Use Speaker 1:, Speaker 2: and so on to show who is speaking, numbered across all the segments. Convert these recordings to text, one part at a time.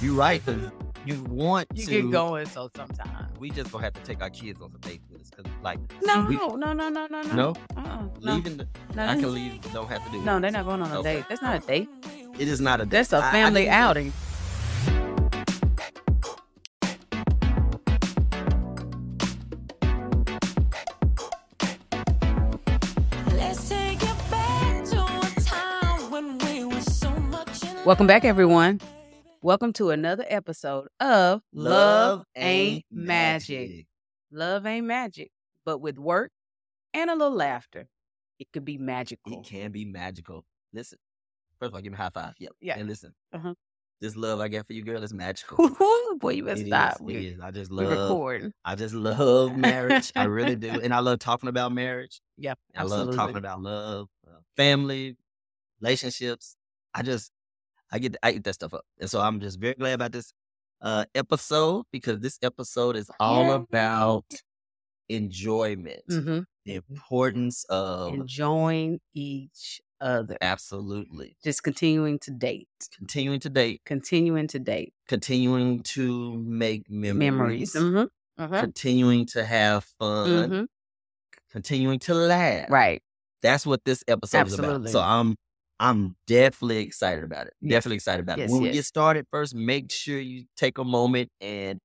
Speaker 1: You right. 'cause You want
Speaker 2: You
Speaker 1: to
Speaker 2: get going so sometimes.
Speaker 1: We just gonna have to take our kids on some dates with us. Cause like
Speaker 2: No,
Speaker 1: we-
Speaker 2: no, no, no, no, no.
Speaker 1: no,
Speaker 2: Uh-uh, no,
Speaker 1: leaving. The,
Speaker 2: no,
Speaker 1: I can
Speaker 2: that's-
Speaker 1: leave. but Don't have to do.
Speaker 2: no,
Speaker 1: it.
Speaker 2: they're not going on a
Speaker 1: Okay.
Speaker 2: date. That's not a date.
Speaker 1: It is not a.
Speaker 2: That's a
Speaker 1: I- I
Speaker 2: family
Speaker 1: can-
Speaker 2: outing.
Speaker 3: Let's take it back to a time when we were so much in love.
Speaker 2: Welcome back, everyone. Welcome to another episode of Love, Ain't magic. Love ain't magic, but with work and a little laughter, it could be magical.
Speaker 1: It can be magical. Listen, first of all, give me a high five. Yep.
Speaker 2: Yeah.
Speaker 1: And listen,
Speaker 2: Uh-huh.
Speaker 1: this love I get for you, girl, is magical.
Speaker 2: Ooh, Boy, you better
Speaker 1: It
Speaker 2: stop.
Speaker 1: is,
Speaker 2: we,
Speaker 1: it is. I just
Speaker 2: we
Speaker 1: love.
Speaker 2: recording.
Speaker 1: I just love marriage. I really do, and I love talking about marriage.
Speaker 2: Yeah,
Speaker 1: I love talking about love, uh, family, relationships. I just, I get, I eat that stuff up, and so I'm just very glad about this uh, episode because this episode is all
Speaker 2: Yeah.
Speaker 1: about enjoyment,
Speaker 2: hmm
Speaker 1: the importance of
Speaker 2: Enjoying each other.
Speaker 1: absolutely
Speaker 2: Just continuing to date.
Speaker 1: continuing to date,
Speaker 2: Continuing to date.
Speaker 1: continuing to make memories,
Speaker 2: Memories. Mm-hmm. Uh-huh.
Speaker 1: continuing to have fun,
Speaker 2: hmm
Speaker 1: continuing to laugh.
Speaker 2: Right.
Speaker 1: That's what this episode is about. So
Speaker 2: Absolutely.
Speaker 1: I'm I'm definitely excited about it.
Speaker 2: Yes.
Speaker 1: Definitely excited about
Speaker 2: Yes,
Speaker 1: it. When we
Speaker 2: yes.
Speaker 1: get started, first make sure you take a moment and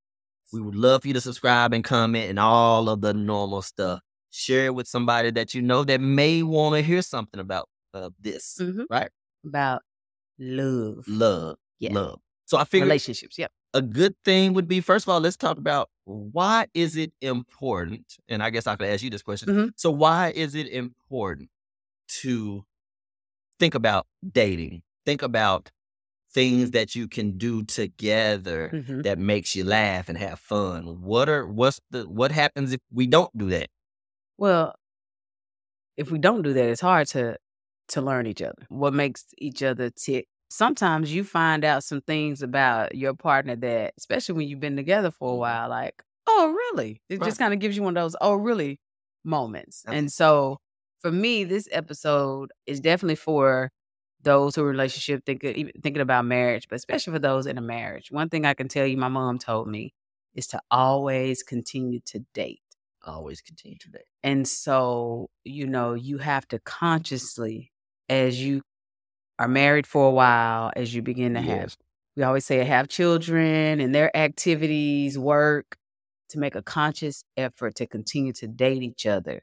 Speaker 1: we would love for you to subscribe and comment and all of the normal stuff. Share it with somebody that you know that may want to hear something about uh, this
Speaker 2: Mhm.
Speaker 1: Right.
Speaker 2: About love.
Speaker 1: love,
Speaker 2: Yeah.
Speaker 1: love. So I figured
Speaker 2: Relationships. Yep.
Speaker 1: a good thing would be first of all, let's talk about why is it important? And I guess I could ask you this question.
Speaker 2: Mhm.
Speaker 1: So why is it important to think about dating? Think about things that you can do together
Speaker 2: hmm
Speaker 1: that makes you laugh and have fun. What are what's the what happens if we don't do that?
Speaker 2: Well, if we don't do that, it's hard to to learn each other. What makes each other tick? Sometimes you find out some things about your partner that, especially when you've been together for a
Speaker 1: Mhm.
Speaker 2: while, like, oh, really? It
Speaker 1: Right.
Speaker 2: just kind of gives you one of those, oh, really moments.
Speaker 1: Absolutely.
Speaker 2: And so for me, this episode is definitely for those who are in relationship think, even thinking about marriage, but especially for those in a marriage. One thing I can tell you, my mom told me, is to always continue to date.
Speaker 1: Always continue to date.
Speaker 2: And so, you know, you have to consciously, as you are married for a while, as you begin to have,
Speaker 1: Yes.
Speaker 2: we always say have children and their activities, work, to make a conscious effort to continue to date each other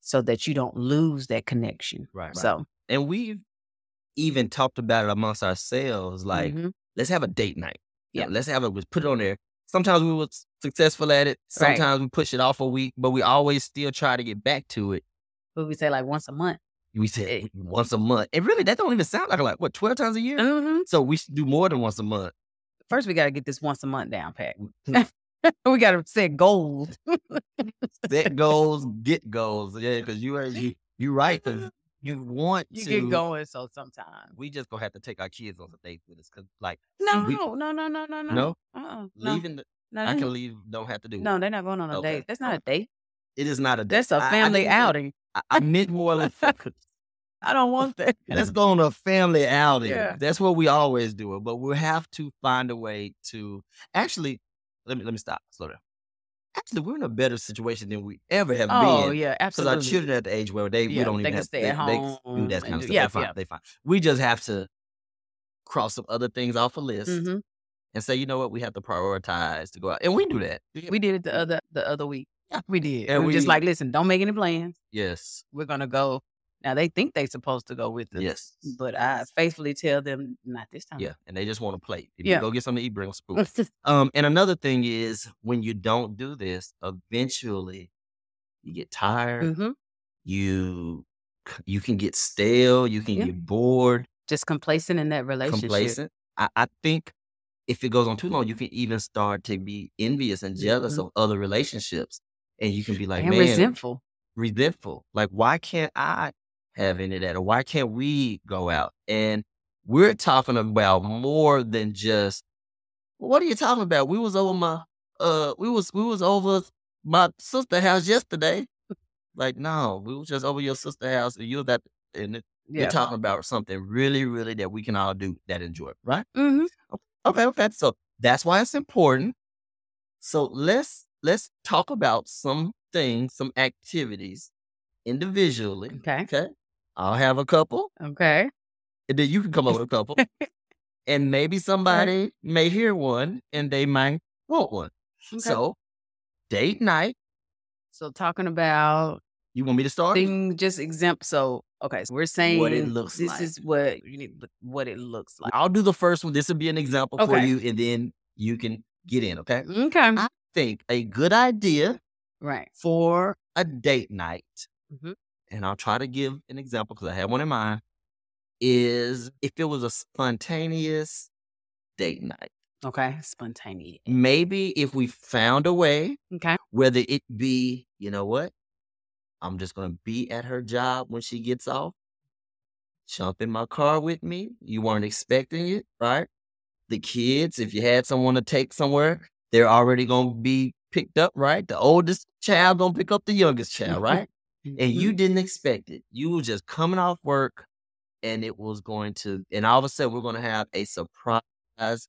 Speaker 2: so that you don't lose that connection.
Speaker 1: Right, right.
Speaker 2: So,
Speaker 1: And we've even talked about it amongst ourselves, like
Speaker 2: mhm,
Speaker 1: let's have a date night. Yeah,
Speaker 2: Yeah.
Speaker 1: let's have it. Let's put it on there. Sometimes we were s- successful at it.
Speaker 2: Right.
Speaker 1: Sometimes we push it off a week, but we always still try to get back to it.
Speaker 2: what we say like once a month.
Speaker 1: We said
Speaker 2: Eh.
Speaker 1: once a month, and really that don't even sound like a lot. What twelve times a year?
Speaker 2: hmm
Speaker 1: So we should do more than once a month.
Speaker 2: First, we got to get this once a month down pat. we got to set goals.
Speaker 1: Set goals, get goals. Yeah, because you are you you right. 'cause you want
Speaker 2: Mm-hmm. You
Speaker 1: to
Speaker 2: get going, so sometimes.
Speaker 1: We just gonna have to take our kids on some dates with us. Cause like
Speaker 2: No,
Speaker 1: We-
Speaker 2: no, no, no, no, no, no.
Speaker 1: no,
Speaker 2: Uh-uh, no.
Speaker 1: leaving the,
Speaker 2: No,
Speaker 1: I
Speaker 2: they-
Speaker 1: can leave. Don't have to do. it.
Speaker 2: No, they're not going on a
Speaker 1: Okay.
Speaker 2: date. That's not a date.
Speaker 1: it is not a date.
Speaker 2: That's a
Speaker 1: I- I
Speaker 2: family
Speaker 1: didn't-
Speaker 2: outing.
Speaker 1: I, I meant more like
Speaker 2: I don't want that.
Speaker 1: Let's go on a family outing.
Speaker 2: Yeah.
Speaker 1: That's what we always do. But we have to find a way to actually. Let me let me stop. Slow down. Actually, we're in a better situation than we ever have
Speaker 2: oh
Speaker 1: been.
Speaker 2: yeah,
Speaker 1: Because
Speaker 2: absolutely.
Speaker 1: our children are at the age where they we
Speaker 2: Yeah,
Speaker 1: don't even
Speaker 2: they can
Speaker 1: have,
Speaker 2: stay at
Speaker 1: can do
Speaker 2: home
Speaker 1: that kind
Speaker 2: and
Speaker 1: of stuff.
Speaker 2: do- yeah,
Speaker 1: they fine.
Speaker 2: yeah.
Speaker 1: They fine. We just have to cross some other things off a list
Speaker 2: Mhm.
Speaker 1: and say, you know what, we have to prioritize to go out, and we do that.
Speaker 2: We did it the other the other week. We did.
Speaker 1: And
Speaker 2: we were just
Speaker 1: we-
Speaker 2: like, listen, don't make any plans.
Speaker 1: yes,
Speaker 2: We're gonna go. Now they think they're supposed to go with us.
Speaker 1: yes,
Speaker 2: But I faithfully tell them not this time. Mm-hmm,
Speaker 1: yeah. And they just want to play. If
Speaker 2: Yeah.
Speaker 1: you go get something to eat, bring a spoon. Um, and another thing is when you don't do this, eventually you get tired.
Speaker 2: hmm
Speaker 1: You you can get stale. You can
Speaker 2: Yeah.
Speaker 1: get bored,
Speaker 2: Just complacent in that relationship.
Speaker 1: complacent. I, I think if it goes on too long, you can even start to be envious and jealous
Speaker 2: Mhm.
Speaker 1: of other relationships, and you can be like,
Speaker 2: and
Speaker 1: man,
Speaker 2: resentful.
Speaker 1: resentful. Like, why can't I have any of that? Or why can't we go out? And we're talking about more than just what are you talking about? We was over my uh we was we was over my sister house yesterday. Like, no, we was just over your sister house and you're that and
Speaker 2: Yeah.
Speaker 1: you're talking about something really, really that we can all do that enjoy, right?
Speaker 2: hmm
Speaker 1: Okay, okay. So that's why it's important. So let's let's talk about some things, some activities individually.
Speaker 2: Okay.
Speaker 1: Okay. I'll have a couple.
Speaker 2: Okay.
Speaker 1: And then you can come up with a couple. and maybe somebody may hear one and they might want one.
Speaker 2: okay.
Speaker 1: So date night.
Speaker 2: So talking about
Speaker 1: You want me to start?
Speaker 2: thing just exempt. So okay, so we're saying
Speaker 1: looks
Speaker 2: This
Speaker 1: like.
Speaker 2: is what you need, what it looks like.
Speaker 1: I'll do the first one. This will be an example for
Speaker 2: Okay.
Speaker 1: you, and then you can get in. Okay.
Speaker 2: Okay.
Speaker 1: I think a good idea
Speaker 2: right.
Speaker 1: for a date night,
Speaker 2: Mhm.
Speaker 1: and I'll try to give an example because I had one in mind, is if it was a spontaneous date night.
Speaker 2: Okay. Spontaneous.
Speaker 1: Maybe if we found a way,
Speaker 2: Okay.
Speaker 1: whether it be, you know what, I'm just going to be at her job when she gets off, jump in my car with me. You weren't expecting it, right? The kids, if you had someone to take somewhere, they're already going to be picked up, right? The oldest child going to pick up the youngest child, right? and
Speaker 2: Mm-hmm.
Speaker 1: you didn't expect it. You were just coming off work, and it was going to, and all of a sudden we're going to have a surprise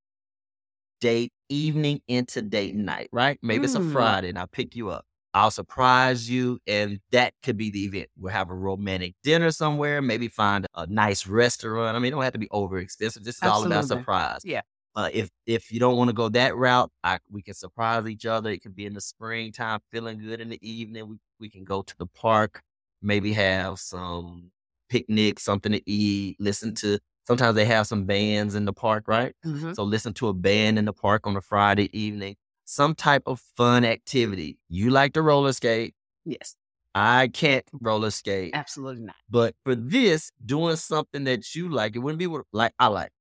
Speaker 1: date evening into date night, right? Maybe it's a
Speaker 2: Mm.
Speaker 1: Friday, and I pick you up. I'll surprise you, and that could be the event. We'll have a romantic dinner somewhere. Maybe find a nice restaurant. I mean, it don't have to be over expensive. This is all about
Speaker 2: Absolutely.
Speaker 1: surprise.
Speaker 2: Yeah.
Speaker 1: Uh, if if you don't want to go that route, I, we can surprise each other. It could be in the springtime, feeling good in the evening. We we can go to the park, maybe have some picnic, something to eat, listen to. Sometimes they have some bands in the park, right?
Speaker 2: Mhm.
Speaker 1: So listen to a band in the park on a Friday evening. Some type of fun activity. You like to roller skate.
Speaker 2: Yes.
Speaker 1: I can't roller skate.
Speaker 2: Absolutely not.
Speaker 1: But for this, doing something that you like, it wouldn't be what like I like.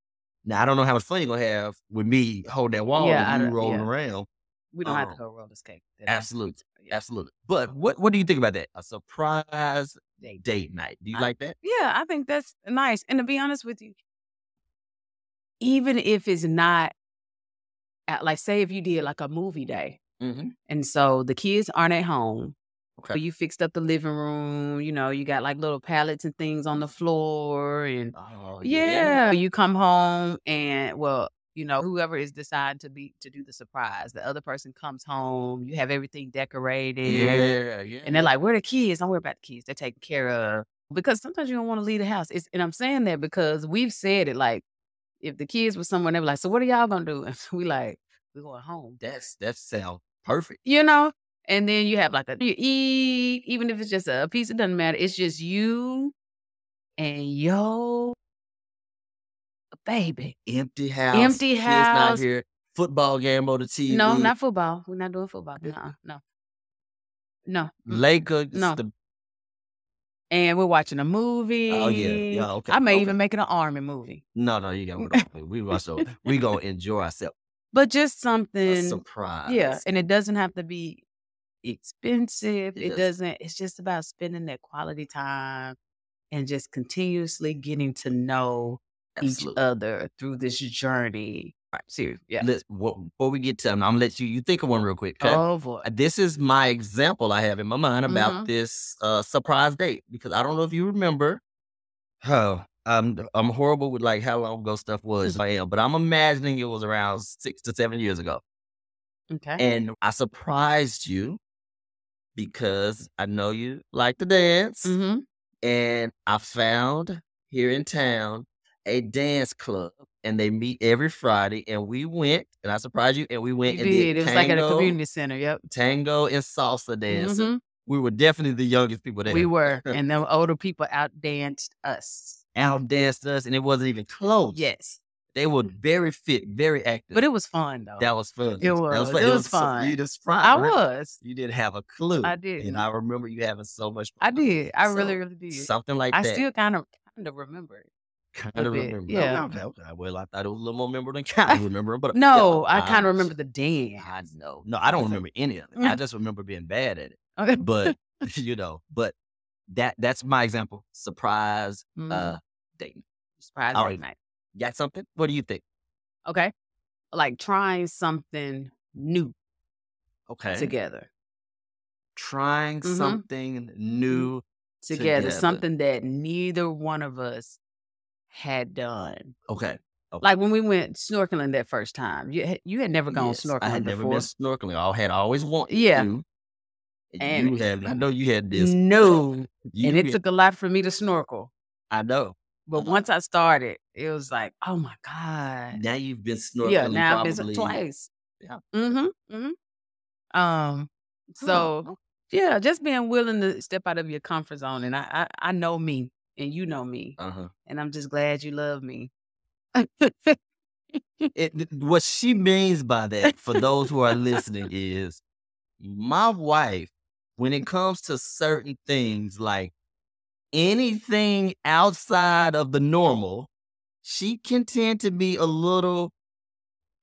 Speaker 1: Now I don't know how much fun you're gonna have with me holding that wall
Speaker 2: Yeah, I
Speaker 1: and you
Speaker 2: don't-
Speaker 1: rolling
Speaker 2: yeah.
Speaker 1: around.
Speaker 2: We don't have
Speaker 1: Um,
Speaker 2: to go roller skate. That-
Speaker 1: Absolutely,
Speaker 2: Yeah.
Speaker 1: absolutely. But what what do you think about that? A surprise
Speaker 2: Date.
Speaker 1: date night. Do you
Speaker 2: I-
Speaker 1: like that?
Speaker 2: Yeah, I think that's nice. And to be honest with you, even if it's not at, like say if you did like a movie day
Speaker 1: Mm-hmm.
Speaker 2: and so the kids aren't at home.
Speaker 1: Okay.
Speaker 2: But you fixed up the living room, you know, you got like little pallets and things on the
Speaker 1: Mm-hmm.
Speaker 2: floor and
Speaker 1: Oh
Speaker 2: Yeah. You come home and well, you know, whoever is decided to be to do the surprise, the other person comes home, you have everything decorated.
Speaker 1: yeah, yeah.
Speaker 2: And they're like, Where are the kids? Don't worry about the kids. They're taken care of. Because sometimes you don't want to leave the house. It's, and I'm saying that because we've said it like if the kids were somewhere, they were like, So what are y'all gonna do? And we like, We're going home.
Speaker 1: that's that sounds perfect.
Speaker 2: You know? And then you have like a you eat, even if it's just a piece, it doesn't matter. It's just you and yo baby.
Speaker 1: Empty house.
Speaker 2: Empty
Speaker 1: kids
Speaker 2: house.
Speaker 1: not here. Football game on the TV.
Speaker 2: No, not football. We're not doing football. Nuh-uh. No, no, no.
Speaker 1: Lakers.
Speaker 2: No.
Speaker 1: The,
Speaker 2: And we're watching a movie.
Speaker 1: oh yeah, yeah. Okay.
Speaker 2: I may
Speaker 1: okay.
Speaker 2: even make it an army movie,
Speaker 1: No, no, you got what I'm We watch those. We gonna enjoy ourselves.
Speaker 2: but just
Speaker 1: A
Speaker 2: something.
Speaker 1: surprise.
Speaker 2: Yeah, and it doesn't have to be expensive.
Speaker 1: It
Speaker 2: It doesn't. It's just about spending that quality time and just continuously getting to know each
Speaker 1: Absolutely.
Speaker 2: other through this journey. Right. Seriously. uh, Yeah.
Speaker 1: Let's, wha- before we get to, I'm gonna let you. You think of one real quick. Okay. Uh,
Speaker 2: Oh boy.
Speaker 1: This is my example I have in my mind about
Speaker 2: Mhm.
Speaker 1: this uh, surprise date because I don't know if you remember. Oh, I'm I'm horrible with like how long ago stuff was.
Speaker 2: Mm-hmm.
Speaker 1: I am, but I'm imagining it was around six to seven years ago.
Speaker 2: Okay.
Speaker 1: And I surprised you because I know you like to dance.
Speaker 2: hmm
Speaker 1: and I found here in town a dance club, and they meet every Friday. And we went, and I surprised you, and we
Speaker 2: You
Speaker 1: went and
Speaker 2: did.
Speaker 1: did,
Speaker 2: It was
Speaker 1: tango,
Speaker 2: like at a community center. Yep.
Speaker 1: tango and salsa dance.
Speaker 2: Mhm.
Speaker 1: We were definitely the youngest people there.
Speaker 2: We were, and them older people outdanced us.
Speaker 1: out danced us, and it wasn't even close.
Speaker 2: Yes,
Speaker 1: they were very fit, very active.
Speaker 2: but it was fun though.
Speaker 1: that was fun.
Speaker 2: It was. It was
Speaker 1: so-
Speaker 2: fun.
Speaker 1: You just fried,
Speaker 2: I
Speaker 1: right?
Speaker 2: was.
Speaker 1: You didn't have a clue.
Speaker 2: I did.
Speaker 1: And I remember you having so much.
Speaker 2: I
Speaker 1: fun.
Speaker 2: did. I
Speaker 1: So,
Speaker 2: really, really did.
Speaker 1: Something like
Speaker 2: I
Speaker 1: that.
Speaker 2: still kind of kind of remember it.
Speaker 1: kind
Speaker 2: a
Speaker 1: of
Speaker 2: bit,
Speaker 1: remember.
Speaker 2: yeah.
Speaker 1: Okay, okay, okay. Well, I thought it was a little more memorable than kind of remember, but
Speaker 2: No,
Speaker 1: yeah,
Speaker 2: I kind of remember the dance.
Speaker 1: I know. No, I don't remember any of it. I
Speaker 2: Yeah.
Speaker 1: just remember being bad at it.
Speaker 2: Okay.
Speaker 1: But you know, but that that's my example. Surprise
Speaker 2: Mm,
Speaker 1: uh dating.
Speaker 2: surprise
Speaker 1: all
Speaker 2: date
Speaker 1: right.
Speaker 2: night.
Speaker 1: Got something? What do you think?
Speaker 2: Okay, like trying something new
Speaker 1: Okay.
Speaker 2: together.
Speaker 1: Trying
Speaker 2: Mhm.
Speaker 1: something new.
Speaker 2: Together,
Speaker 1: Together. Oh.
Speaker 2: something that neither one of us had done.
Speaker 1: Okay. Okay.
Speaker 2: Like when we went snorkeling that first time, you had, you had never gone
Speaker 1: Yes,
Speaker 2: snorkeling
Speaker 1: I had
Speaker 2: before.
Speaker 1: never been snorkeling. I had always wanted
Speaker 2: Yeah.
Speaker 1: to. And
Speaker 2: And-
Speaker 1: you had, I know you had this.
Speaker 2: No,
Speaker 1: You
Speaker 2: and it
Speaker 1: had-
Speaker 2: took a lot for me to snorkel.
Speaker 1: I know.
Speaker 2: But
Speaker 1: Uh-huh.
Speaker 2: once I started, it was like, oh my god,
Speaker 1: Now you've been snorkeling
Speaker 2: yeah. Now
Speaker 1: probably
Speaker 2: it's twice.
Speaker 1: Yeah.
Speaker 2: Mm-hmm. Mm-hmm. Um.
Speaker 1: Huh,
Speaker 2: So
Speaker 1: okay.
Speaker 2: yeah, just being willing to step out of your comfort zone, and I I, I know me, and you know me,
Speaker 1: Uh-huh.
Speaker 2: and I'm just glad you love me.
Speaker 1: It, th- what she means by that, for those who are listening, is my wife, when it comes to certain things, like anything outside of the normal, she can tend to be a little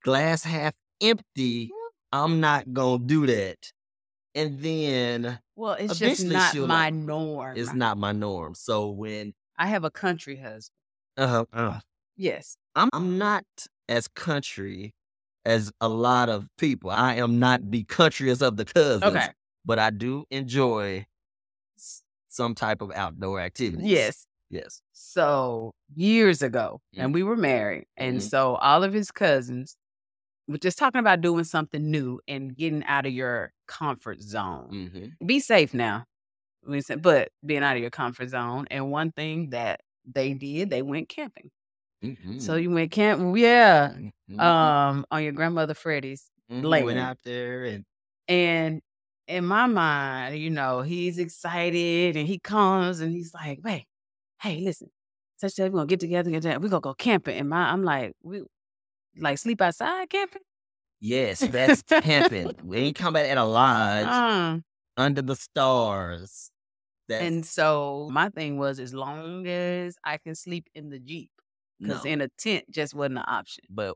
Speaker 1: glass half empty. I'm not going to do that. And then
Speaker 2: well, it's just
Speaker 1: Eventually
Speaker 2: not
Speaker 1: she'll
Speaker 2: my
Speaker 1: like-
Speaker 2: norm.
Speaker 1: it's not my norm. So when
Speaker 2: I have a country husband.
Speaker 1: uh, uh,
Speaker 2: Yes.
Speaker 1: I'm I'm not as country as a lot of people. I am not the countryest of the cousins,
Speaker 2: Okay.
Speaker 1: but I do enjoy s- some type of outdoor activity.
Speaker 2: Yes.
Speaker 1: yes.
Speaker 2: So years ago,
Speaker 1: Mm-hmm.
Speaker 2: and we were married, and
Speaker 1: Mhm.
Speaker 2: so all of his cousins were just talking about doing something new and getting out of your comfort zone.
Speaker 1: Mm-hmm.
Speaker 2: Be safe now, we said, but being out of your comfort zone. And one thing that they did, they went camping.
Speaker 1: Mm-hmm.
Speaker 2: So you went camp, yeah, um, on your grandmother Freddie's,
Speaker 1: Mm-hmm. went
Speaker 2: land.
Speaker 1: out there and
Speaker 2: and. In my mind, you know, he's excited and he comes and he's like, "Wait, hey, listen, such that we're gonna get together, get together, we're gonna go camping. And my I'm like, we like sleep outside camping?
Speaker 1: yes, that's camping. We ain't coming at a lodge
Speaker 2: Uh,
Speaker 1: under the stars. That's,
Speaker 2: and so my thing was as long as I can sleep in the Jeep.
Speaker 1: no.
Speaker 2: Because in a tent just wasn't an option.
Speaker 1: but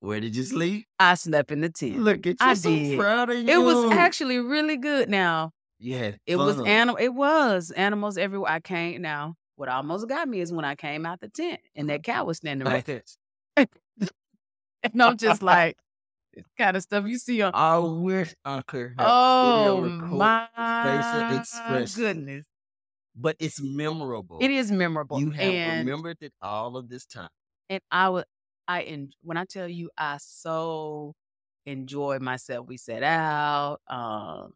Speaker 1: where did you sleep?
Speaker 2: I slept in the tent.
Speaker 1: Look at you,
Speaker 2: I
Speaker 1: so
Speaker 2: did.
Speaker 1: proud of you.
Speaker 2: It was actually really good now.
Speaker 1: you had
Speaker 2: It was
Speaker 1: fun.
Speaker 2: animal it was animals everywhere. I came now. What almost got me is when I came out the tent and that cow was standing right there. And I'm just like, this kind of stuff you see on
Speaker 1: I wish I could. Have.
Speaker 2: Oh
Speaker 1: record
Speaker 2: my
Speaker 1: expression.
Speaker 2: goodness!
Speaker 1: But it's memorable.
Speaker 2: It is memorable.
Speaker 1: Oh, You have
Speaker 2: and,
Speaker 1: remembered it all of this time.
Speaker 2: and I would, I en- when I tell you, I so enjoyed myself. We set out, um,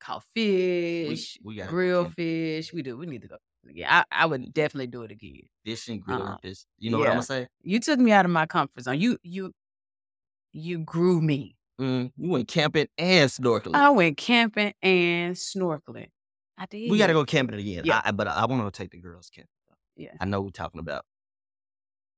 Speaker 2: caught fish,
Speaker 1: we gotta go
Speaker 2: grill
Speaker 1: camp.
Speaker 2: fish. We do. We need to go. Yeah, I, I would definitely do it again.
Speaker 1: Fishing, grilling,
Speaker 2: Uh-uh.
Speaker 1: fish. You know what I'm gonna say?
Speaker 2: You took me out of my comfort zone. You, you, you grew me.
Speaker 1: Mm, you went camping and snorkeling.
Speaker 2: I went camping and snorkeling. I did.
Speaker 1: we gotta go camping again.
Speaker 2: Yeah.
Speaker 1: I, but I, want to take the girls camping.
Speaker 2: Yeah.
Speaker 1: I know we're talking about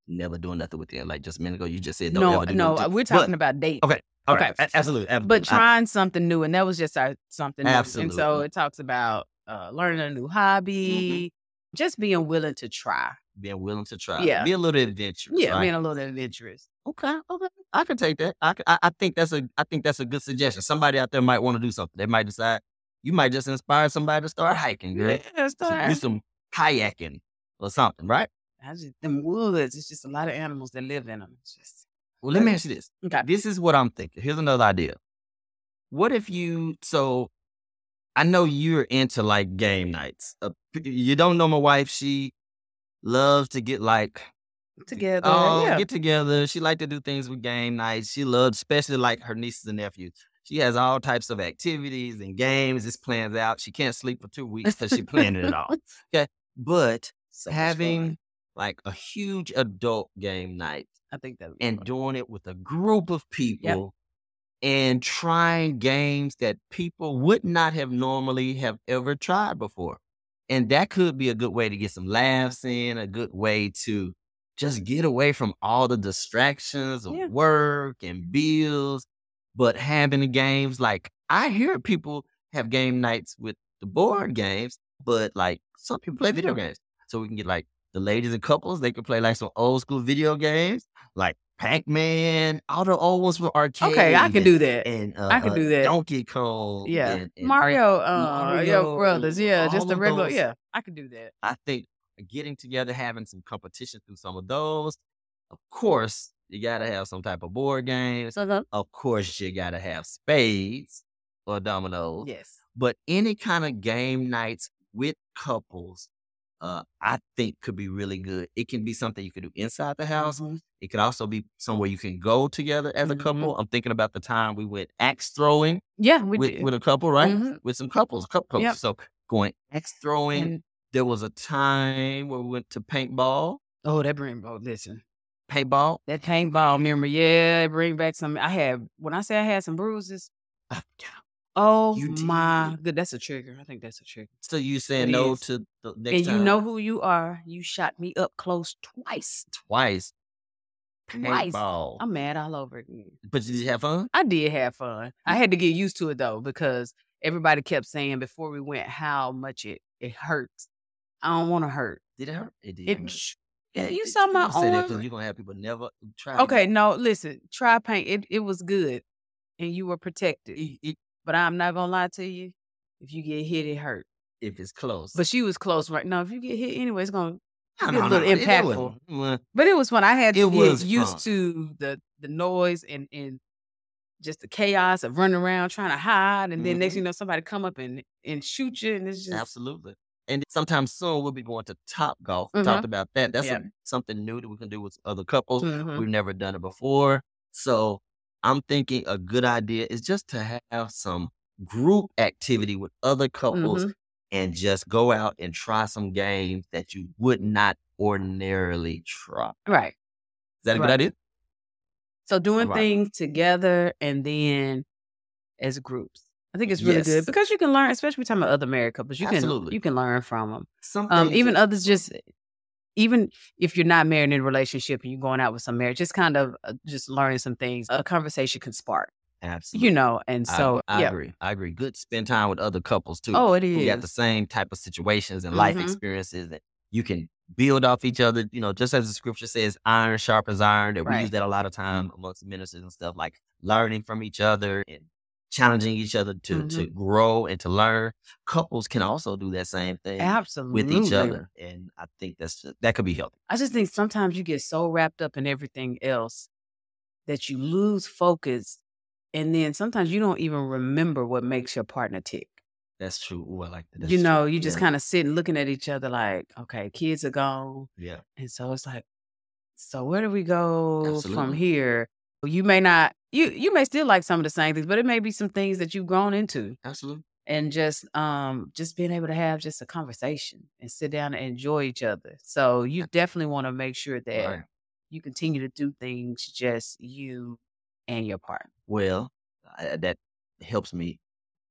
Speaker 1: never doing nothing with them. Like just a minute ago, you just said don't
Speaker 2: No,
Speaker 1: ever do
Speaker 2: no, uh,
Speaker 1: nothing.
Speaker 2: we're
Speaker 1: But-
Speaker 2: talking about dates.
Speaker 1: all right,
Speaker 2: okay.
Speaker 1: a- absolutely,
Speaker 2: but
Speaker 1: absolutely. I-
Speaker 2: trying something new and that was just our something new. and so
Speaker 1: Absolutely. Mm-hmm.
Speaker 2: it talks about uh, learning a new hobby just being willing to try
Speaker 1: being willing to try.
Speaker 2: Yeah.
Speaker 1: Be a little adventurous.
Speaker 2: yeah
Speaker 1: right?
Speaker 2: being a little adventurous
Speaker 1: Okay, okay, I can take that. I, c- I- I think that's a I think that's a good suggestion. Somebody out there might want to do something. They might decide you might just inspire somebody to start hiking, girl.
Speaker 2: that's
Speaker 1: So do some kayaking or something, right?
Speaker 2: I just them woods it's just a lot of animals that live in them it's just
Speaker 1: Well, let me ask you this.
Speaker 2: okay
Speaker 1: This is what I'm thinking. Here's another idea. What if you? So, I know you're into like game nights. Uh, you don't know my wife. She loves to get like
Speaker 2: together
Speaker 1: Oh,
Speaker 2: yeah
Speaker 1: get together. She like to do things with game nights. She loves, especially like her nieces and nephews. She has all types of activities and games. It's plans out. She can't sleep for two weeks because she planned it all. Okay, but
Speaker 2: So much fun.
Speaker 1: having like a huge adult game night
Speaker 2: i think that would be
Speaker 1: and
Speaker 2: fun.
Speaker 1: doing it with a group of people and trying games that people would not have normally have ever tried before. And that could be a good way to get some laughs in, a good way to just get away from all the distractions of
Speaker 2: Yeah.
Speaker 1: work and bills. But having the games, like I hear people have game nights with the board games, but like some people play video games. So we can get like the ladies and couples, they can play like some old school video games, like Pac Man, all the old ones from arcade.
Speaker 2: okay i can
Speaker 1: and-
Speaker 2: do that
Speaker 1: And uh,
Speaker 2: I can
Speaker 1: uh,
Speaker 2: do that.
Speaker 1: Donkey Kong.
Speaker 2: Yeah.
Speaker 1: and- and
Speaker 2: mario uh
Speaker 1: Mario,
Speaker 2: yeah brothers yeah
Speaker 1: all
Speaker 2: just the
Speaker 1: of
Speaker 2: regular
Speaker 1: those.
Speaker 2: yeah i could do that
Speaker 1: I think getting together, having some competition through some of those. Of course, you gotta have some type of board games. Of course, you gotta have spades or dominoes.
Speaker 2: yes
Speaker 1: But any kind of game nights with couples uh, I think could be really good. It can be something you can do inside the house.
Speaker 2: Mm-hmm.
Speaker 1: It could also be somewhere you can go together as a
Speaker 2: Mhm.
Speaker 1: couple. I'm thinking about the time we went axe throwing
Speaker 2: Yeah, we
Speaker 1: with,
Speaker 2: do.
Speaker 1: with a couple, right?
Speaker 2: Mhm.
Speaker 1: With some couples, couple couples.
Speaker 2: Yep.
Speaker 1: So going axe throwing.
Speaker 2: And-
Speaker 1: there was a time where we went to paintball.
Speaker 2: oh, that bring oh, listen.
Speaker 1: Paintball.
Speaker 2: That paintball memory, yeah, it bring back some. I had when I say I had some bruises.
Speaker 1: Ah,
Speaker 2: Oh
Speaker 1: You did.
Speaker 2: my good, that's a trigger. I think that's a trigger.
Speaker 1: So you saying
Speaker 2: It
Speaker 1: no
Speaker 2: is.
Speaker 1: to the next
Speaker 2: and you
Speaker 1: time
Speaker 2: know who you are. You shot me up close twice.
Speaker 1: twice.
Speaker 2: Twice.
Speaker 1: Paintball.
Speaker 2: I'm mad all over again.
Speaker 1: But did you have fun?
Speaker 2: I did have fun. I had to get used to it though because everybody kept saying before we went how much it it hurts. I don't want to hurt.
Speaker 1: Did it hurt? It did.
Speaker 2: It
Speaker 1: hurt.
Speaker 2: yeah, you saw my
Speaker 1: don't say that 'cause
Speaker 2: arm.
Speaker 1: You're gonna have people never try. it.
Speaker 2: okay, no, listen, try paint. It it was good, and you were protected.
Speaker 1: It- it-
Speaker 2: But I'm not gonna lie to you. If you get hit, it hurt.
Speaker 1: if it's close.
Speaker 2: But she was close right now. If you get hit anyway, it's gonna.
Speaker 1: No,
Speaker 2: it's
Speaker 1: no,
Speaker 2: a little
Speaker 1: no, it- it
Speaker 2: impactful.
Speaker 1: wasn't- well,
Speaker 2: But it was fun. I had to
Speaker 1: It
Speaker 2: get
Speaker 1: was
Speaker 2: used
Speaker 1: fun.
Speaker 2: to the the noise and and just the chaos of running around trying to hide, and then next
Speaker 1: Mhm.
Speaker 2: thing you know somebody come up and and shoot you, and it's just
Speaker 1: Absolutely. And sometime soon we'll be going to Top Golf.
Speaker 2: Mhm.
Speaker 1: Talked about that. That's a-
Speaker 2: Yeah.
Speaker 1: something new that we can do with other couples.
Speaker 2: Mhm.
Speaker 1: We've never done it before. So I'm thinking a good idea is just to have some group activity with other couples
Speaker 2: Mhm.
Speaker 1: and just go out and try some games that you would not ordinarily try. Is
Speaker 2: right.
Speaker 1: that a
Speaker 2: Right.
Speaker 1: good idea?
Speaker 2: So doing
Speaker 1: Right.
Speaker 2: things together and then as groups. I think it's really
Speaker 1: Yes.
Speaker 2: good because you can learn, especially we're talking about other married couples. You can
Speaker 1: Absolutely.
Speaker 2: you can learn from them.
Speaker 1: Something
Speaker 2: Um, even others, just even if you're not married in a relationship and you're going out with some marriage, just kind of uh, just learning some things. A conversation can spark,
Speaker 1: absolutely.
Speaker 2: you know. And
Speaker 1: I-
Speaker 2: so,
Speaker 1: I,
Speaker 2: yeah.
Speaker 1: agree. I agree. Good to spend time with other couples too.
Speaker 2: Oh, it
Speaker 1: who
Speaker 2: is.
Speaker 1: got the same type of situations and life
Speaker 2: Mhm.
Speaker 1: experiences that you can build off each other. You know, just as the scripture says, iron sharpens iron, that we
Speaker 2: Right.
Speaker 1: use that a lot of time amongst ministers and stuff, like learning from each other and challenging each other to,
Speaker 2: Mm-hmm.
Speaker 1: to grow and to learn. Couples can also do that same thing
Speaker 2: Absolutely.
Speaker 1: with each other. And I think that's just, that could be healthy.
Speaker 2: I just think sometimes you get so wrapped up in everything else that you lose focus. And then sometimes you don't even remember what makes your partner tick.
Speaker 1: That's true. Ooh, I like that. That's
Speaker 2: you
Speaker 1: true.
Speaker 2: know, you just
Speaker 1: Yeah.
Speaker 2: kind of sitting looking at each other like, okay, kids are gone.
Speaker 1: Yeah.
Speaker 2: And so it's like, so where do we go from
Speaker 1: Absolutely.
Speaker 2: here? You may not you you may still like some of the same things, but it may be some things that you've grown into.
Speaker 1: Absolutely.
Speaker 2: And just um just being able to have just a conversation and sit down and enjoy each other. So you definitely want to make sure that
Speaker 1: Right.
Speaker 2: you continue to do things just you and your partner.
Speaker 1: Well, I, that helps me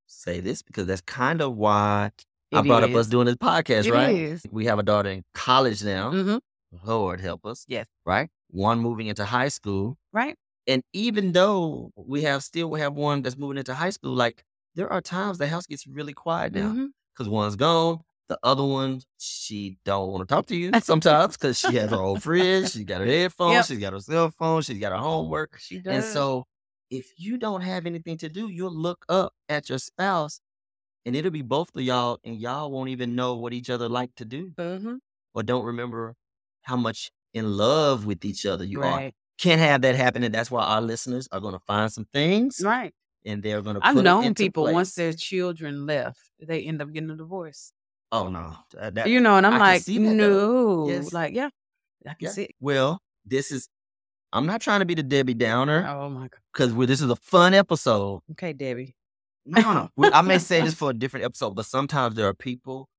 Speaker 1: say this because that's kind of why I
Speaker 2: It
Speaker 1: brought up
Speaker 2: is.
Speaker 1: us doing this podcast,
Speaker 2: It
Speaker 1: right?
Speaker 2: is.
Speaker 1: We have a daughter in college now.
Speaker 2: Mhm.
Speaker 1: Lord help us.
Speaker 2: Yes.
Speaker 1: Right? One moving into high school.
Speaker 2: Right?
Speaker 1: And even though we have still we have one that's moving into high school, like there are times the house gets really quiet now
Speaker 2: Mhm.
Speaker 1: because one's gone. The other one, she don't want to talk to you sometimes because she has her old fridge, she got her headphones,
Speaker 2: Yep.
Speaker 1: she's got her cell phone, she's got her homework.
Speaker 2: She
Speaker 1: And
Speaker 2: does.
Speaker 1: so, if you don't have anything to do, you'll look up at your spouse, and it'll be both of y'all, and y'all won't even know what each other like to do,
Speaker 2: Mhm.
Speaker 1: or don't remember how much in love with each other you are.
Speaker 2: right.
Speaker 1: Can't have that happen, and that's why our listeners are going to find some things,
Speaker 2: Right.
Speaker 1: and they're going to.
Speaker 2: I've
Speaker 1: put it
Speaker 2: known
Speaker 1: into
Speaker 2: people once
Speaker 1: place.
Speaker 2: their children left, they end up getting a divorce.
Speaker 1: Oh no, Uh, that-
Speaker 2: you know, and I'm
Speaker 1: I can
Speaker 2: like,
Speaker 1: see that, though.
Speaker 2: no,
Speaker 1: Yes.
Speaker 2: like, yeah, I can
Speaker 1: Yeah.
Speaker 2: see. It.
Speaker 1: Well, this is. I'm not trying to be the Debbie Downer
Speaker 2: Oh my god.
Speaker 1: because this is a fun episode.
Speaker 2: Okay, Debbie.
Speaker 1: No, no, no. We- I may say this for a different episode, but sometimes there are people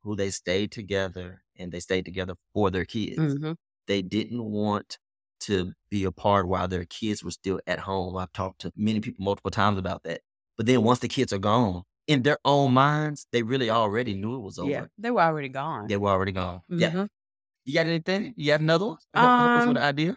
Speaker 1: who they stayed together and they stayed together for their kids.
Speaker 2: Mm-hmm.
Speaker 1: They didn't want to be apart while their kids were still at home. I've talked to many people multiple times about that. But then once the kids are gone, in their own minds, they really already knew it was over.
Speaker 2: Yeah, they were already gone.
Speaker 1: They were already gone. Yeah.
Speaker 2: Mhm.
Speaker 1: You got anything? You got another one? Help, help us
Speaker 2: Um,
Speaker 1: with an idea?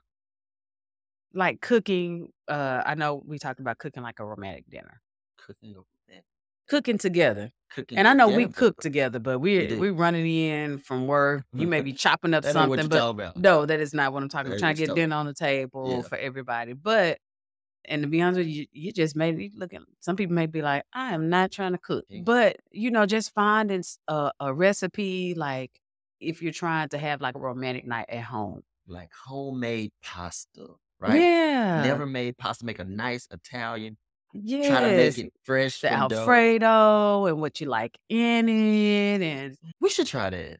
Speaker 2: Like cooking. Uh, I know we talked about cooking like a romantic dinner,
Speaker 1: Cooking. and
Speaker 2: cooking together.
Speaker 1: Cooking
Speaker 2: And I know we
Speaker 1: together.
Speaker 2: cook together, but we
Speaker 1: do.
Speaker 2: we running in from work. You may be chopping up
Speaker 1: That ain't what
Speaker 2: something,
Speaker 1: you
Speaker 2: but
Speaker 1: talking about.
Speaker 2: no, that is not what I'm talking
Speaker 1: That
Speaker 2: about.
Speaker 1: ain't
Speaker 2: Trying
Speaker 1: what
Speaker 2: to
Speaker 1: you
Speaker 2: get
Speaker 1: talking
Speaker 2: dinner on the table
Speaker 1: Yeah.
Speaker 2: for everybody, but. And to be honest with you, you just may be looking. Some people may be like, "I am not trying to cook,"
Speaker 1: Yeah.
Speaker 2: but you know, just finding s- a, a recipe. Like if you're trying to have like a romantic night at home,
Speaker 1: Like homemade pasta, right?
Speaker 2: Yeah,
Speaker 1: never made pasta. Make a nice Italian.
Speaker 2: yes.
Speaker 1: Try to make it fresh.
Speaker 2: the
Speaker 1: from dough.
Speaker 2: Alfredo and what you like in it, and
Speaker 1: We should try that.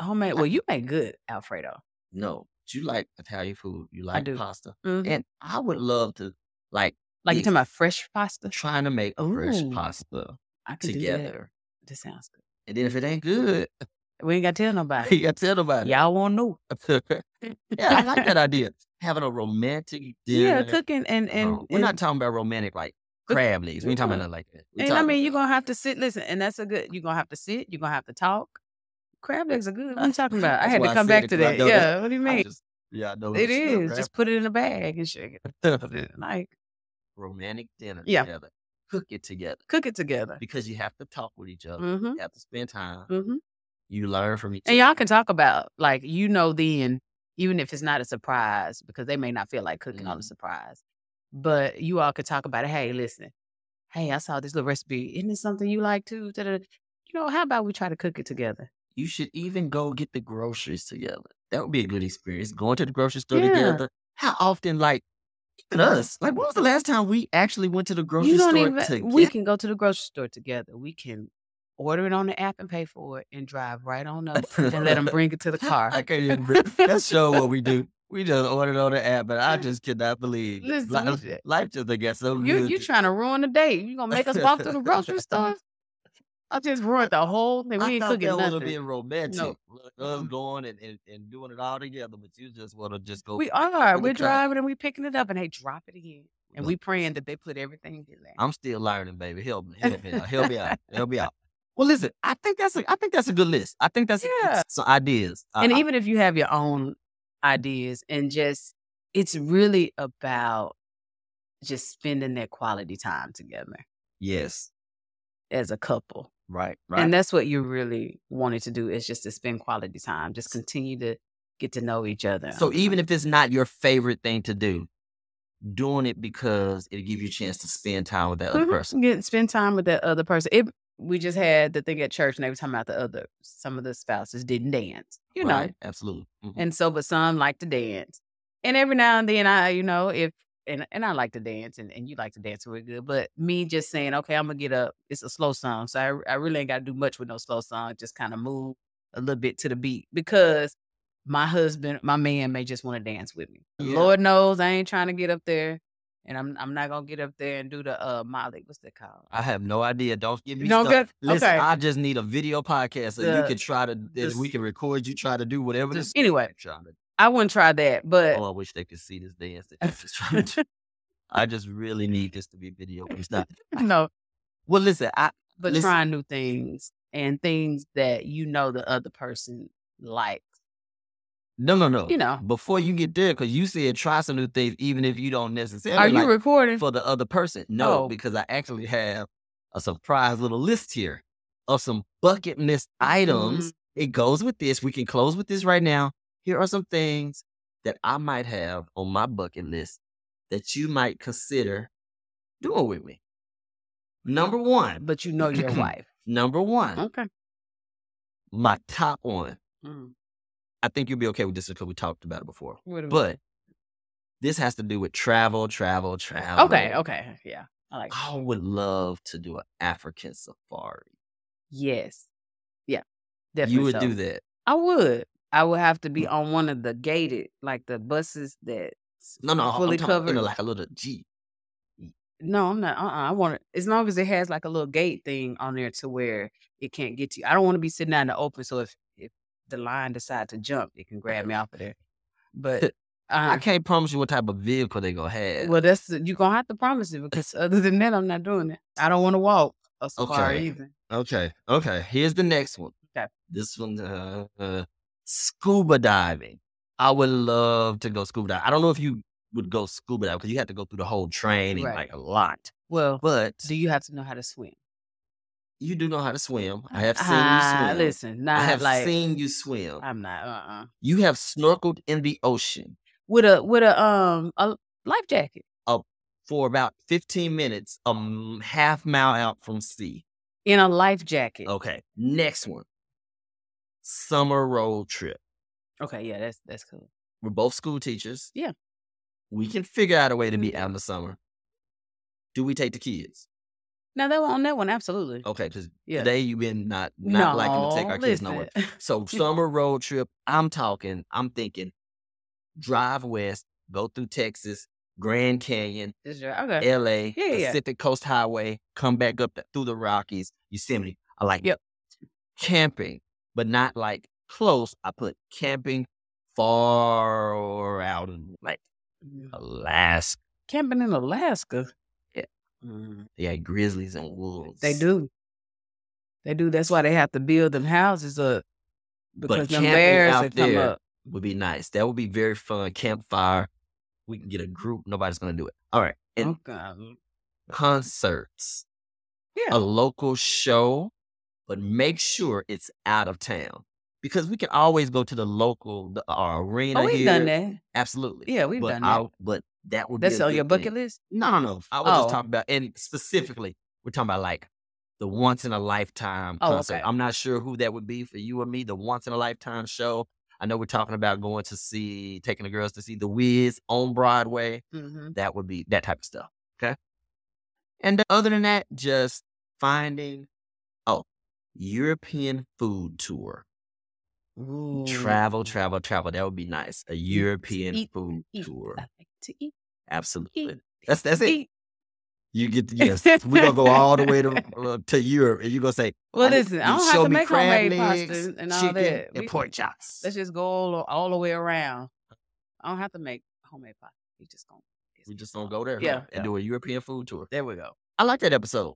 Speaker 2: homemade. Well, you make good Alfredo.
Speaker 1: No, you like Italian food. You like
Speaker 2: do.
Speaker 1: pasta,
Speaker 2: Mhm.
Speaker 1: and I would love to like
Speaker 2: Like
Speaker 1: Yeah.
Speaker 2: you talking about fresh pasta?
Speaker 1: trying to make fresh
Speaker 2: Ooh.
Speaker 1: pasta
Speaker 2: I can do that.
Speaker 1: together.
Speaker 2: That sounds good.
Speaker 1: And then if it ain't good,
Speaker 2: We ain't got to tell nobody.
Speaker 1: you gotta tell nobody.
Speaker 2: Y'all won't know.
Speaker 1: yeah, I like that idea. Having a romantic dinner.
Speaker 2: Yeah, cooking and and,
Speaker 1: Oh, we're
Speaker 2: and-
Speaker 1: not talking about romantic like
Speaker 2: Cook-
Speaker 1: crab legs. We ain't talking about
Speaker 2: Yeah.
Speaker 1: nothing like that. We
Speaker 2: And I
Speaker 1: talking
Speaker 2: mean, you're
Speaker 1: about-
Speaker 2: gonna have to sit. Listen, and that's a good. You're gonna have to sit. You're gonna have to talk. Crab legs are good. What are you talking about? I
Speaker 1: That's
Speaker 2: had
Speaker 1: why
Speaker 2: to
Speaker 1: I
Speaker 2: come
Speaker 1: said
Speaker 2: back
Speaker 1: it,
Speaker 2: to
Speaker 1: 'cause I
Speaker 2: that.
Speaker 1: know
Speaker 2: Yeah.
Speaker 1: that-
Speaker 2: What do you
Speaker 1: I
Speaker 2: mean?
Speaker 1: just- yeah, I know
Speaker 2: It
Speaker 1: it's
Speaker 2: is.
Speaker 1: crab
Speaker 2: Just put it in a bag and shake it. Like
Speaker 1: romantic dinner
Speaker 2: Yeah.
Speaker 1: together. Cook it together
Speaker 2: cook it together.
Speaker 1: because you have to talk with each other.
Speaker 2: Mm-hmm.
Speaker 1: You have to spend time.
Speaker 2: Mm-hmm.
Speaker 1: You learn from each
Speaker 2: And y'all can talk about like you know then, even if it's not a surprise, because they may not feel like cooking on a
Speaker 1: Mhm.
Speaker 2: surprise. But you all could talk about it. Hey, listen, hey, I saw this little recipe. Isn't it something you like too? Da-da-da. You know, how about we try to cook it together?
Speaker 1: You should even go get the groceries together. That would be a good experience. Going to the grocery store
Speaker 2: Yeah.
Speaker 1: together. How often, like, even us, like, when was the last time we actually went to the grocery
Speaker 2: you don't
Speaker 1: store
Speaker 2: even.
Speaker 1: together?
Speaker 2: We can go to the grocery store together. We can order it on the app and pay for it, and drive right on up and let them bring it to the car.
Speaker 1: I can't even. re- That's sure what we do. We just ordered on the app, but I just cannot believe
Speaker 2: Listen,
Speaker 1: li-
Speaker 2: we should-
Speaker 1: life just done got so
Speaker 2: You
Speaker 1: good.
Speaker 2: you trying to ruin the day? You gonna make us walk through the grocery store? I just ruined the whole thing. We
Speaker 1: I
Speaker 2: ain't
Speaker 1: thought
Speaker 2: cooking
Speaker 1: that would have been
Speaker 2: nothing.
Speaker 1: romantic.
Speaker 2: No.
Speaker 1: like, Us going and, and, and doing it all together, but you just want to just go. in
Speaker 2: We are.
Speaker 1: the
Speaker 2: We're
Speaker 1: car.
Speaker 2: driving and we picking it up, and they drop it again. And
Speaker 1: Look.
Speaker 2: we praying that they put everything in there.
Speaker 1: I'm still learning, baby. Help me, help me out, help me out, help me out. Well, listen, I think that's a, I think that's a good list. I think that's
Speaker 2: Yeah.
Speaker 1: some ideas. Uh,
Speaker 2: and
Speaker 1: I-
Speaker 2: even if you have your own ideas, and just it's really about just spending that quality time together
Speaker 1: yes,
Speaker 2: as a couple.
Speaker 1: right, right.
Speaker 2: And that's what you really wanted to do is just to spend quality time. Just continue to get to know each other.
Speaker 1: So even if it's not your favorite thing to do, doing it because it'll give you a chance to spend time with that other
Speaker 2: Mhm.
Speaker 1: person.
Speaker 2: Get- spend time with that other person. It, we just had the thing at church, and they were talking about the other. Some of the spouses didn't dance, you know,
Speaker 1: Right, absolutely. Mhm.
Speaker 2: and so but some like to dance. And every now and then, I you know if and and I like to dance, and, and you like to dance real good. But me just saying, okay, I'm gonna get up. It's a slow song, so I I really ain't got to do much with no slow song. Just kind of move a little bit to the beat because my husband, my man, may just want to dance with me.
Speaker 1: Yeah.
Speaker 2: Lord knows I ain't trying to get up there. And I'm I'm not gonna get up there and do the uh Molly, what's that called?
Speaker 1: I have no idea. Don't give me
Speaker 2: No
Speaker 1: stuff.
Speaker 2: good.
Speaker 1: Listen,
Speaker 2: okay.
Speaker 1: I just need a video podcast so you
Speaker 2: The-
Speaker 1: can try to. that we
Speaker 2: s-
Speaker 1: can record you try to do whatever.
Speaker 2: Just-
Speaker 1: this
Speaker 2: anyway,
Speaker 1: trying to.
Speaker 2: I wouldn't try that, but
Speaker 1: Oh, I wish they could see this dance that you're just trying to. do. I just really need this to be video. It's not.
Speaker 2: no.
Speaker 1: Well, listen, I
Speaker 2: But
Speaker 1: Listen-
Speaker 2: trying new things and things that you know the other person likes.
Speaker 1: no no no.
Speaker 2: You know.
Speaker 1: Before you get there, because you said try some new things, even if you don't necessarily.
Speaker 2: Are you
Speaker 1: like it.
Speaker 2: recording?
Speaker 1: for the other person. No,
Speaker 2: Oh.
Speaker 1: because I actually have a surprise little list here of some bucket list items.
Speaker 2: Mm-hmm.
Speaker 1: It goes with this. We can close with this right now. Here are some things that I might have on my bucket list that you might consider doing with me. Number one,
Speaker 2: But you know your wife.
Speaker 1: number one,
Speaker 2: Okay.
Speaker 1: my top one.
Speaker 2: Mm.
Speaker 1: I think you'll be okay with this because we talked about it before.
Speaker 2: Wait a minute.
Speaker 1: But this has to do with travel, travel, travel.
Speaker 2: okay, okay, yeah, I like.
Speaker 1: I would love to do an African safari.
Speaker 2: Yes, yeah, definitely.
Speaker 1: you would
Speaker 2: so.
Speaker 1: do that. Mm.
Speaker 2: I would. I would have to be on one of the gated, like the buses that.
Speaker 1: No, no,
Speaker 2: Fully
Speaker 1: I'm talking about, you know,
Speaker 2: covered.
Speaker 1: like a little Jeep.
Speaker 2: No, I'm not. Uh, uh I want it as long as it has like a little gate thing on there to where it can't get to you. I don't want to be sitting out in the open. So if if the lion decide to jump, it can grab me off of there. But uh,
Speaker 1: I can't promise you what type of vehicle they gonna have.
Speaker 2: well, that's you're gonna have to promise it because other than that, I'm not doing it. I don't want to walk a safari
Speaker 1: Okay.
Speaker 2: either.
Speaker 1: Okay, okay. Here's the next one.
Speaker 2: Okay.
Speaker 1: This one, uh, uh, scuba diving. I would love to go scuba diving. I don't know if you would go scuba diving because you have to go through the whole training
Speaker 2: Right.
Speaker 1: like a lot.
Speaker 2: Well,
Speaker 1: But
Speaker 2: do you have to know how to swim?
Speaker 1: you do know how to swim. I have seen
Speaker 2: Ah,
Speaker 1: you swim.
Speaker 2: Listen, not
Speaker 1: I have
Speaker 2: like
Speaker 1: seen you swim.
Speaker 2: I'm not. Uh, uh
Speaker 1: You have snorkeled in the ocean.
Speaker 2: With a with a um a life jacket
Speaker 1: for about 15 minutes, a m- half mile out from sea.
Speaker 2: in a life jacket.
Speaker 1: Okay, next one. Summer road trip.
Speaker 2: Okay, yeah, that's that's cool.
Speaker 1: We're both school teachers.
Speaker 2: Yeah. Mm-hmm.
Speaker 1: We can figure out a way to be out in the summer. Do we take the kids?
Speaker 2: Now that one on that one, absolutely.
Speaker 1: Okay, because
Speaker 2: Yeah.
Speaker 1: today you've been not Oh, not liking to take our kids
Speaker 2: No,
Speaker 1: nowhere.
Speaker 2: listen.
Speaker 1: So summer road trip, I'm talking, I'm thinking, drive west, go through Texas, Grand Canyon,
Speaker 2: Just dri- Okay.
Speaker 1: L.A.,
Speaker 2: Uh, Yeah, yeah, yeah.
Speaker 1: Pacific Coast Highway, come back up the, through the Rockies, Yosemite. I like
Speaker 2: Yep.
Speaker 1: camping, but not like close. I put camping far out, in, like Alaska.
Speaker 2: Camping in Alaska.
Speaker 1: Yeah.
Speaker 2: Mm,
Speaker 1: They had grizzlies and wolves.
Speaker 2: they do. They do. That's why they have to build them houses up because them
Speaker 1: camping
Speaker 2: bears
Speaker 1: out
Speaker 2: that come
Speaker 1: there-
Speaker 2: up.
Speaker 1: would be nice. That would be very fun. Campfire. We can get a group. Nobody's gonna do it. All right. And
Speaker 2: Okay.
Speaker 1: concerts.
Speaker 2: Yeah.
Speaker 1: A local show, but make sure it's out of town. Because we can always go to the local the, our arena
Speaker 2: Oh, we've
Speaker 1: here.
Speaker 2: done that.
Speaker 1: Absolutely.
Speaker 2: Yeah, we've
Speaker 1: but
Speaker 2: done that.
Speaker 1: I'll- but that would
Speaker 2: That's
Speaker 1: be a
Speaker 2: on your
Speaker 1: good
Speaker 2: bucket
Speaker 1: thing.
Speaker 2: list.
Speaker 1: No, no, no. I was
Speaker 2: Oh.
Speaker 1: just talking about and specifically we're talking about like the once in a lifetime
Speaker 2: Oh,
Speaker 1: concert.
Speaker 2: okay.
Speaker 1: I'm not sure who that would be for you or me, the once in a lifetime show. I know we're talking about going to see taking the girls to see The Wiz on Broadway.
Speaker 2: Mm-hmm.
Speaker 1: That would be that type of stuff. Okay. And other than that, just finding oh, European food tour. Travel, travel, travel. That would be nice. A European
Speaker 2: eat,
Speaker 1: food
Speaker 2: eat.
Speaker 1: tour.
Speaker 2: I like to eat.
Speaker 1: Absolutely.
Speaker 2: eat.
Speaker 1: That's that's it.
Speaker 2: eat.
Speaker 1: You get to, yes, we're gonna go all the way to uh, to Europe, and you're gonna say,
Speaker 2: Well,
Speaker 1: "I need-
Speaker 2: listen, I
Speaker 1: you
Speaker 2: don't have
Speaker 1: show
Speaker 2: to
Speaker 1: me
Speaker 2: make
Speaker 1: crab
Speaker 2: homemade pasta
Speaker 1: legs,
Speaker 2: and all
Speaker 1: chicken,
Speaker 2: that.
Speaker 1: and
Speaker 2: We-
Speaker 1: pork chops."
Speaker 2: Let's just go all, all the way around. I don't have to make homemade pasta. We just gonna.
Speaker 1: We just gonna go there, huh,
Speaker 2: Yeah,
Speaker 1: and
Speaker 2: yeah.
Speaker 1: do a European food tour.
Speaker 2: There we go.
Speaker 1: I like that episode.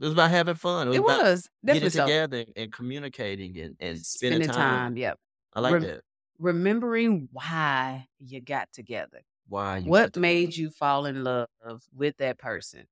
Speaker 1: It was about having fun. It was,
Speaker 2: It
Speaker 1: about
Speaker 2: was
Speaker 1: getting
Speaker 2: definitely so.
Speaker 1: together and, and communicating and, and spending,
Speaker 2: Spending
Speaker 1: time.
Speaker 2: time. Yep.
Speaker 1: I like
Speaker 2: Rem-
Speaker 1: that.
Speaker 2: Remembering why you got together.
Speaker 1: Why you
Speaker 2: What
Speaker 1: got
Speaker 2: made you fall in love with that person?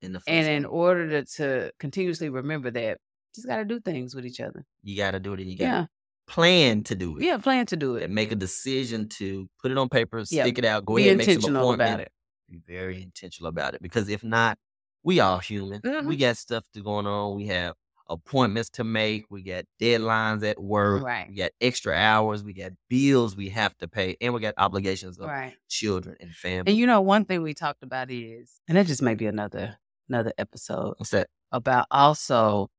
Speaker 1: in the first
Speaker 2: And in
Speaker 1: place.
Speaker 2: order to, to continuously remember that, just got to do things with each other.
Speaker 1: you gotta do it, and you gotta
Speaker 2: Yeah.
Speaker 1: plan to do it.
Speaker 2: Yeah. Plan to do it.
Speaker 1: and make a decision to put it on paper,
Speaker 2: Yeah,
Speaker 1: stick it out, go
Speaker 2: be
Speaker 1: ahead, and make some
Speaker 2: intentional about
Speaker 1: appointment. Be very intentional about it because if not, we all human.
Speaker 2: Mm-hmm.
Speaker 1: We got stuff to going on. We have appointments to make. We got deadlines at work.
Speaker 2: Right.
Speaker 1: We got extra hours. We got bills we have to pay, and we got obligations of
Speaker 2: Right.
Speaker 1: children and family.
Speaker 2: And you know, one thing we talked about is, and that just may be another another episode
Speaker 1: What's that?
Speaker 2: about also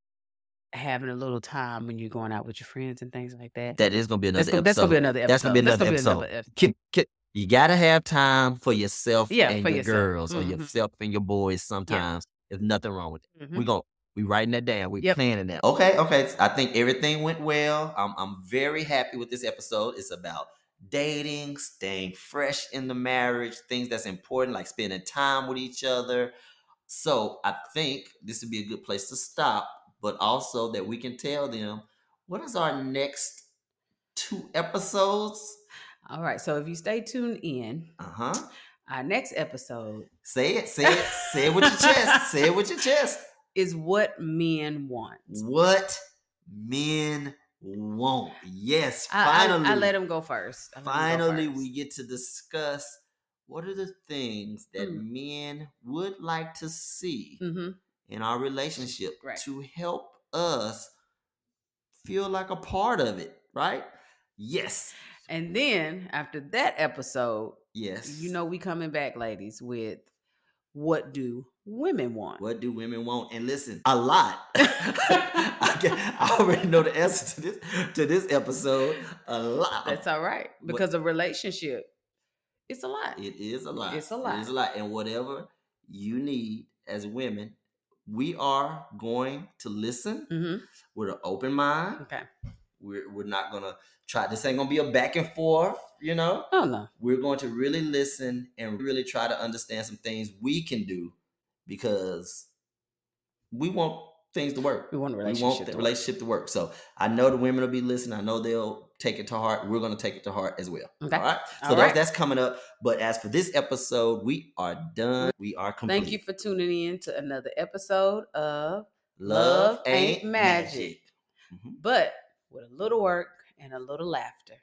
Speaker 2: having a little time when you're going out with your friends and things like that.
Speaker 1: That is gonna be another
Speaker 2: that's, gonna,
Speaker 1: episode.
Speaker 2: that's gonna be another episode.
Speaker 1: That's gonna be another episode.
Speaker 2: episode.
Speaker 1: Ki- ki- you gotta have time for yourself
Speaker 2: Yeah,
Speaker 1: and
Speaker 2: for
Speaker 1: your
Speaker 2: yourself.
Speaker 1: girls, or
Speaker 2: Mhm.
Speaker 1: yourself and your boys. Sometimes there's nothing wrong with. it.
Speaker 2: Mhm.
Speaker 1: We going we writing that down. We
Speaker 2: Yep.
Speaker 1: planning that. Okay, okay. I think everything went well. I'm I'm very happy with this episode. It's about dating, staying fresh in the marriage, things that's important like spending time with each other. So I think this would be a good place to stop, but also that we can tell them what is our next two episodes.
Speaker 2: All right. So if you stay tuned in,
Speaker 1: Uh huh.
Speaker 2: our next episode
Speaker 1: Say it. Say it. say it with your chest. Say it with your chest.
Speaker 2: is what men want.
Speaker 1: What men want. Yes,
Speaker 2: I,
Speaker 1: finally.
Speaker 2: I, I let him go first. I let 'em go
Speaker 1: finally,
Speaker 2: first.
Speaker 1: we get to discuss what are the things that
Speaker 2: Mm.
Speaker 1: men would like to see
Speaker 2: Mhm.
Speaker 1: in our relationship
Speaker 2: Right.
Speaker 1: to help us feel like a part of it, right? Yes.
Speaker 2: And then after that episode,
Speaker 1: Yes.
Speaker 2: you know we coming back, ladies, with what do women want?
Speaker 1: What do women want? And listen, a lot. I, can- I already know the answer to this to this episode. A lot.
Speaker 2: That's all right
Speaker 1: What-
Speaker 2: because a relationship, it's a lot.
Speaker 1: It is a lot.
Speaker 2: It's a
Speaker 1: It
Speaker 2: lot.
Speaker 1: is a lot. And whatever you need as women, we are going to listen
Speaker 2: hmm
Speaker 1: with an open mind.
Speaker 2: Okay.
Speaker 1: We're, we're not going to try. This ain't going to be a back and forth, you know?
Speaker 2: Oh no.
Speaker 1: We're going to really listen and really try to understand some things we can do because we want things to work.
Speaker 2: We want a
Speaker 1: We
Speaker 2: relationship.
Speaker 1: want the
Speaker 2: to work.
Speaker 1: relationship to work. So I know the women will be listening. I know they'll take it to heart. We're going to take it to heart as well.
Speaker 2: Okay.
Speaker 1: All right. So
Speaker 2: All
Speaker 1: that-
Speaker 2: right.
Speaker 1: that's coming up. But as for this episode, we are done. We are complete.
Speaker 2: Thank you for tuning in to another episode of
Speaker 1: Love,
Speaker 2: Love
Speaker 1: ain't,
Speaker 2: Ain't
Speaker 1: magic.
Speaker 2: Magic.
Speaker 1: Mhm.
Speaker 2: But with a little work and a little laughter,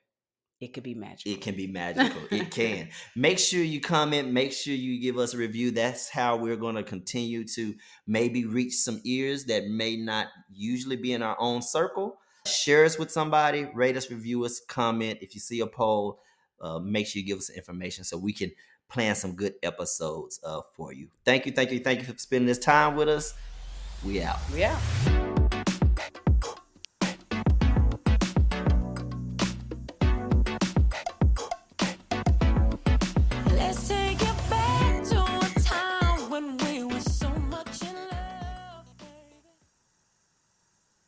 Speaker 2: it could be magic.
Speaker 1: It can be magical. it can. Make sure you comment. Make sure you give us a review. That's how we're going to continue to maybe reach some ears that may not usually be in our own circle. Share us with somebody. Rate us, review us, comment. If you see a poll, uh, make sure you give us information so we can plan some good episodes uh, for you. Thank you, thank you, thank you for spending this time with us. We out.
Speaker 4: Yeah.